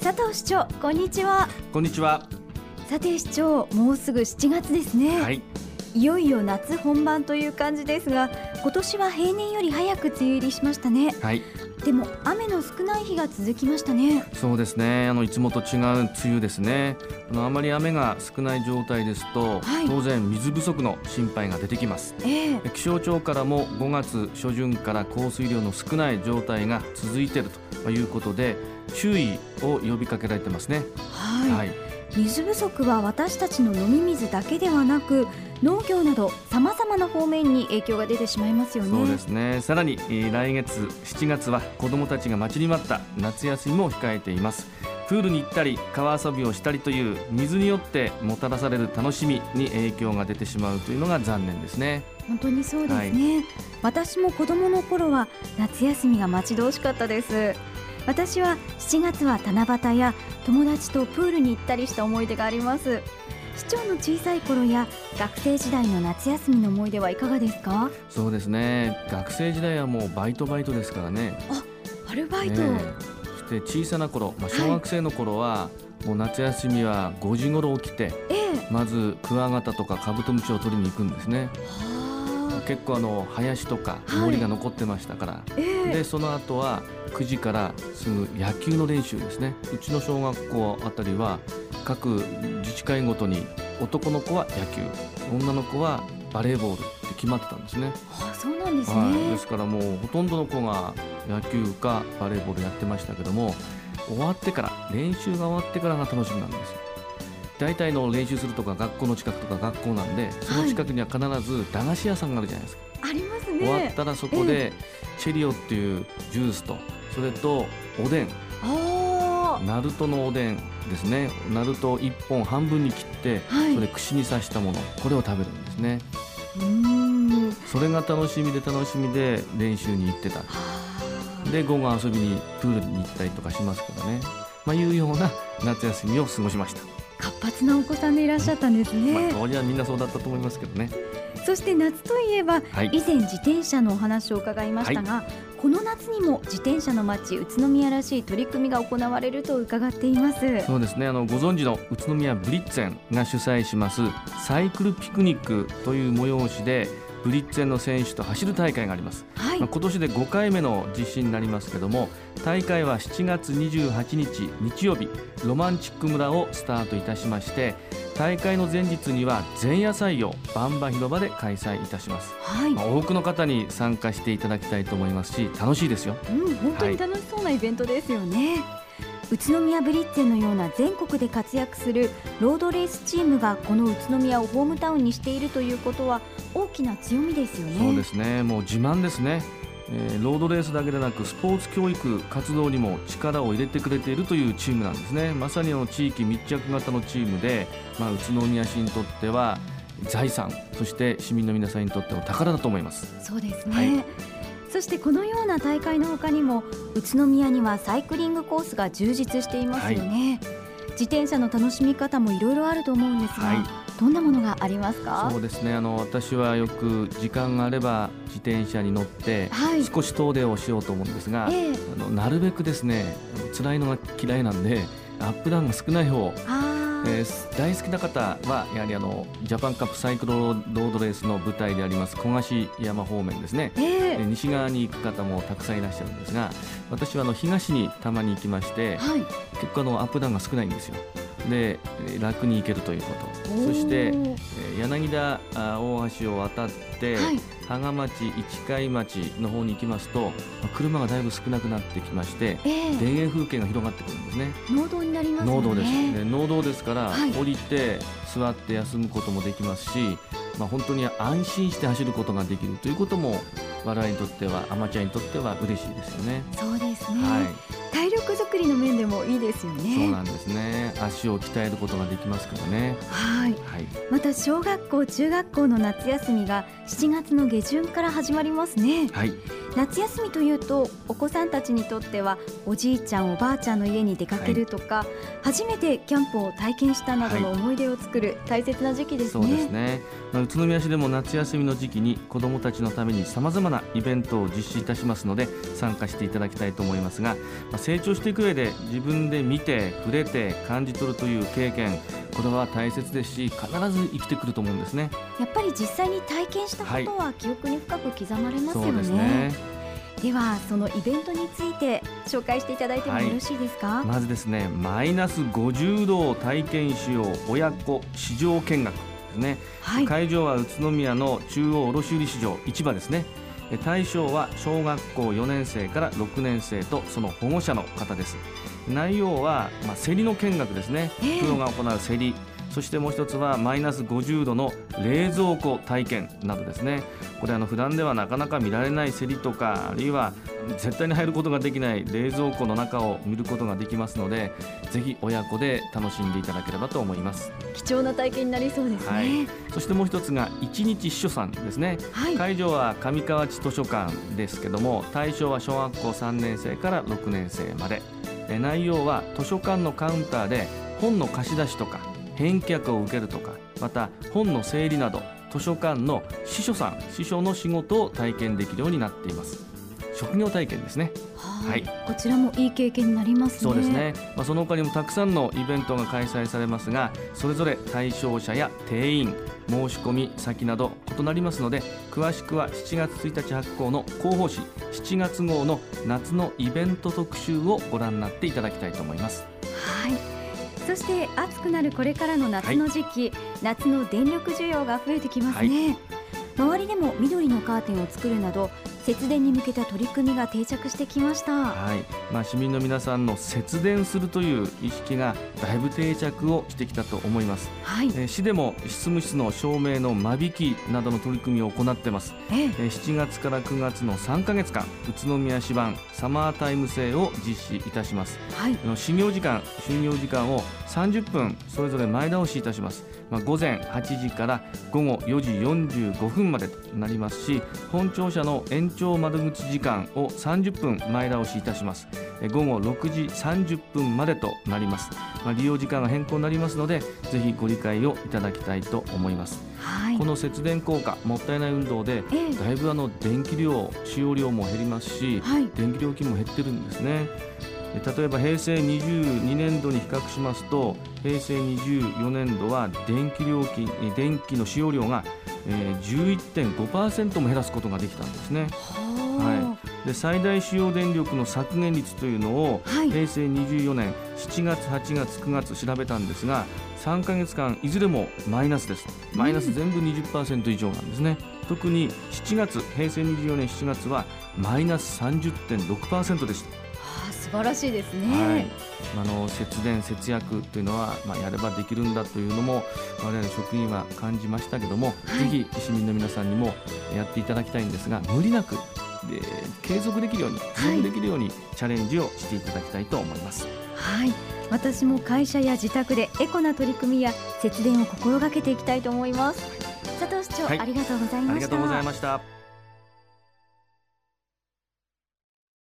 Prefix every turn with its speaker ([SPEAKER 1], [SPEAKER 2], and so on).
[SPEAKER 1] 佐藤市長こんにちは
[SPEAKER 2] こんにちは。
[SPEAKER 1] さて市長もうすぐ7月ですね、、
[SPEAKER 2] はいい。
[SPEAKER 1] よいよ夏本番という感じですが今年は平年より早く梅雨入りしましたね
[SPEAKER 2] はい。
[SPEAKER 1] でも雨の少ない日が続きましたね
[SPEAKER 2] そうですね。あのいつもと違う梅雨ですね。あのあまり雨が少ない状態ですと、
[SPEAKER 1] はい
[SPEAKER 2] 当然水不足の心配が出てきます。
[SPEAKER 1] ええ
[SPEAKER 2] 気象庁からも5月初旬から降水量の少ない状態が続いているということで注意を呼びかけられてますね。
[SPEAKER 1] はい、
[SPEAKER 2] はい。
[SPEAKER 1] 水不足は私たちの飲み水だけではなく農業などさまざまな方面に影響が出てしまいますよね
[SPEAKER 2] そうですねさらに、えー来月7月は子どもたちが待ちに待った夏休みも控えていますプールに行ったり川遊びをしたりという水によってもたらされる楽しみに影響が出てしまうというのが残念ですね
[SPEAKER 1] 本当にそうですね、私も子供の頃は夏休みが待ち遠しかったです私は7月は七夕や友達とプールに行ったりした思い出があります市長の小さい頃や学生時代の夏休みの思い出はいかがですか
[SPEAKER 2] そうですね学生時代はもうバイトバイトですからね
[SPEAKER 1] アルバイト、
[SPEAKER 2] ねえそして小さな頃、まあ、小学生の頃は、もう夏休みは5時頃起きて
[SPEAKER 1] ええ
[SPEAKER 2] まずクワガタとかカブトムシを取りに行くんですね
[SPEAKER 1] はあ
[SPEAKER 2] 結構あの林とか
[SPEAKER 1] はい
[SPEAKER 2] 森が残ってましたから、
[SPEAKER 1] ええ
[SPEAKER 2] でその後は9時からすぐ野球の練習ですねうちの小学校あたりは各自治会ごとに男の子は野球女の子はバレーボールって決まってたんですね
[SPEAKER 1] あそうなんですね、
[SPEAKER 2] はい、ですからもうほとんどの子が野球かバレーボールやってましたけども終わってから練習が終わってからが楽しみなんですよ大体の練習するとか学校の近くとか学校なんでその近くには必ず駄菓子屋さんがあるじゃないですか
[SPEAKER 1] あります
[SPEAKER 2] 終わっ
[SPEAKER 1] ね
[SPEAKER 2] たらそこでチェリオっていうジュースとそれとおでん
[SPEAKER 1] あ
[SPEAKER 2] ナルトのおでんですねナルトを1本半分に切って
[SPEAKER 1] あはい
[SPEAKER 2] それ串に刺したものこれを食べるんですね
[SPEAKER 1] うーん
[SPEAKER 2] それが楽しみで楽しみで練習に行ってたで午後遊びにプールに行ったりとかしますからねまあいうような夏休みを過ごしました、
[SPEAKER 1] 活発なお子さんでいらっしゃったんです
[SPEAKER 2] まあ
[SPEAKER 1] ね、
[SPEAKER 2] 当時はみんなそうだったと思いますけどね
[SPEAKER 1] そして夏といえば
[SPEAKER 2] はい
[SPEAKER 1] 以前自転車のお話を伺いましたが、この夏にも自転車の街宇都宮らしい取り組みが行われると伺っています
[SPEAKER 2] そうですねあのご存知の宇都宮ブリッツェンが主催しますサイクルピクニックという催しでブリッツェンの選手と走る大会があります、
[SPEAKER 1] はい
[SPEAKER 2] まあ今年で5回目の実施になりますけども大会は7月28日日曜日ロマンチック村をスタートいたしまして大会の前日には前夜祭をバンバ広場で開催いたします、
[SPEAKER 1] はい、
[SPEAKER 2] まあ多くの方に参加していただきたいと思いますし楽しいですよ
[SPEAKER 1] うん、本当に楽しそうなイベントですよね、宇都宮ブリッツェのような全国で活躍するロードレースチームがこの宇都宮をホームタウンにしているということは大きな強みですよね
[SPEAKER 2] そうですね、もう自慢ですね、えーロードレースだけでなく、スポーツ教育活動にも力を入れてくれているというチームなんですね、まさにあの地域密着型のチームで、まあ、宇都宮市にとっては財産、そして市民の皆さんにとっての宝だと思います。
[SPEAKER 1] そうですね、
[SPEAKER 2] はい
[SPEAKER 1] そしてこのような大会の他にも宇都宮にはサイクリングコースが充実していますよね、自転車の楽しみ方もいろいろあると思うんですが、
[SPEAKER 2] はい
[SPEAKER 1] どんなものがありますか
[SPEAKER 2] そうですねあの私はよく時間があれば自転車に乗って
[SPEAKER 1] はい
[SPEAKER 2] 少し遠出をしようと思うんですが、
[SPEAKER 1] ええ
[SPEAKER 2] あのなるべくですねあの辛いのが嫌いなんでアップダウンが少ない方を
[SPEAKER 1] あー
[SPEAKER 2] えー大好きな方はやはりあのジャパンカップサイクロロードレースの舞台であります古賀市山方面ですね、
[SPEAKER 1] え
[SPEAKER 2] えー西側に行く方もたくさんいらっしゃるんですが私はあの東にたまに行きまして
[SPEAKER 1] えはい
[SPEAKER 2] 結構あのアップダウンが少ないんですよでえー楽に行けるということ
[SPEAKER 1] おー
[SPEAKER 2] そして、えー柳田あ大橋を渡って、
[SPEAKER 1] はい
[SPEAKER 2] 芳賀町市貝町の方に行きますとまあ車がだいぶ少なくなってきまして
[SPEAKER 1] え
[SPEAKER 2] 田
[SPEAKER 1] え
[SPEAKER 2] 園風景が広がってくるんですね
[SPEAKER 1] 農道になりますよね
[SPEAKER 2] 農道です、ね、農道ですから、
[SPEAKER 1] はい
[SPEAKER 2] 降りて座って休むこともできますし、まあ、本当に安心して走ることができるということも我々にとってはアマチュアにとっては嬉しいですよね。
[SPEAKER 1] そうですね、
[SPEAKER 2] はい、
[SPEAKER 1] 体力作りの面でもいいですよね
[SPEAKER 2] そうなんですね。足を鍛えることができますからね。
[SPEAKER 1] はい
[SPEAKER 2] はい、
[SPEAKER 1] また小学校中学校の夏休みが7月の下旬から始まりますね
[SPEAKER 2] はい、
[SPEAKER 1] 夏休みというとお子さんたちにとってはおじいちゃんおばあちゃんの家に出かけるとか、初めてキャンプを体験したなどの思い出を作る大切な時期です
[SPEAKER 2] そうです
[SPEAKER 1] ね。
[SPEAKER 2] ね、まあ、宇都宮市でも夏休みの時期に子どもたちのためにさまざまなイベントを実施いたしますので参加していただきたいと思いますが、まあ、成長していく上で自分で見て触れて感じ取るという経験これは大切ですし必ず生きてくると思うんですね。
[SPEAKER 1] やっぱり実際に体験したことは記憶に深く刻まれますよ
[SPEAKER 2] そうです
[SPEAKER 1] ね。
[SPEAKER 2] ね
[SPEAKER 1] ではそのイベントについて紹介していただいてもよろしいですか。
[SPEAKER 2] まずですねマイナス50度を体験しよう親子市場見学ですね
[SPEAKER 1] はい、
[SPEAKER 2] 会場は宇都宮の中央卸売市場市場ですねえ対象は小学校4年生から6年生とその保護者の方です内容は、まあ、競りの見学ですね
[SPEAKER 1] ええ
[SPEAKER 2] プロが行う競りそしてもう一つはマイナス50度の冷蔵庫体験などですねこれあの普段ではなかなか見られない競りとかあるいは絶対に入ることができない冷蔵庫の中を見ることができますのでぜひ親子で楽しんでいただければと思います
[SPEAKER 1] 貴重な体験になりそうです
[SPEAKER 2] は
[SPEAKER 1] ね
[SPEAKER 2] い。そしてもう一つが一日秘書さんですね
[SPEAKER 1] はい、
[SPEAKER 2] 会場は上川内図書館ですけども対象は小学校3年生から6年生までえ内容は図書館のカウンターで本の貸し出しとか返却を受けるとかまた本の整理など図書館の司書さん司書の仕事を体験できるようになっています職業体験ですね
[SPEAKER 1] はい
[SPEAKER 2] は
[SPEAKER 1] こちらもいい経験になりますね。
[SPEAKER 2] そうですね、まあ、その他にもたくさんのイベントが開催されますがそれぞれ対象者や定員申し込み先など異なりますので詳しくは7月1日発行の広報誌7月号の夏のイベント特集をご覧になっていただきたいと思います
[SPEAKER 1] はい。そして暑くなるこれからの夏の時期、夏の電力需要が増えてきますね、周りでも緑のカーテンを作るなど節電に向けた取り組みが定着してきました
[SPEAKER 2] はい、まあ、市民の皆さんの節電するという意識がだいぶ定着をしてきたと思います、
[SPEAKER 1] はい、
[SPEAKER 2] えー市でも執務室の照明の間引きなどの取り組みを行ってます
[SPEAKER 1] ええ
[SPEAKER 2] えー7月から9月の3ヶ月間宇都宮市版サマータイム制を実施いたします
[SPEAKER 1] はい
[SPEAKER 2] あの始業時間就業時間を30分それぞれ前倒しいたします、まあ、午前8時から午後4時45分までとなりますし本庁舎の延長窓口時間を30分前倒しいたしますえー午後6時30分までとなります、まあ、利用時間が変更になりますのでぜひご理解をいただきたいと思います、
[SPEAKER 1] はい
[SPEAKER 2] この節電効果もったいない運動で
[SPEAKER 1] ええ
[SPEAKER 2] だいぶあの電気量使用量も減りますし
[SPEAKER 1] はい
[SPEAKER 2] 電気料金も減ってるんですねえ例えば平成22年度に比較しますと平成24年度は電気料金え電気の使用量がえー11.5%も減らすことができたんですね
[SPEAKER 1] は
[SPEAKER 2] で最大使用電力の削減率というのを
[SPEAKER 1] あはい、
[SPEAKER 2] 平成24年7月8月9月調べたんですが3ヶ月間いずれもマイナスですマイナス全部20%以上なんですね、特に7月平成24年7月はマイナス30.6%でした、
[SPEAKER 1] はあ素晴らしいですね、
[SPEAKER 2] はいあの節電節約というのは、まあ、やればできるんだというのも我々職員は感じましたけども、
[SPEAKER 1] はい
[SPEAKER 2] ぜひ市民の皆さんにもやっていただきたいんですが無理なくで継続できるように
[SPEAKER 1] い
[SPEAKER 2] 継続できるように、チャレンジをしていただきたいと思います。
[SPEAKER 1] はい、私も会社や自宅でエコな取り組みや節電を心がけていきたいと思います佐藤市長、
[SPEAKER 2] はい
[SPEAKER 1] ありがとうござい
[SPEAKER 2] あ
[SPEAKER 1] ま
[SPEAKER 2] りが
[SPEAKER 1] し
[SPEAKER 2] とうござい
[SPEAKER 1] た
[SPEAKER 2] ました。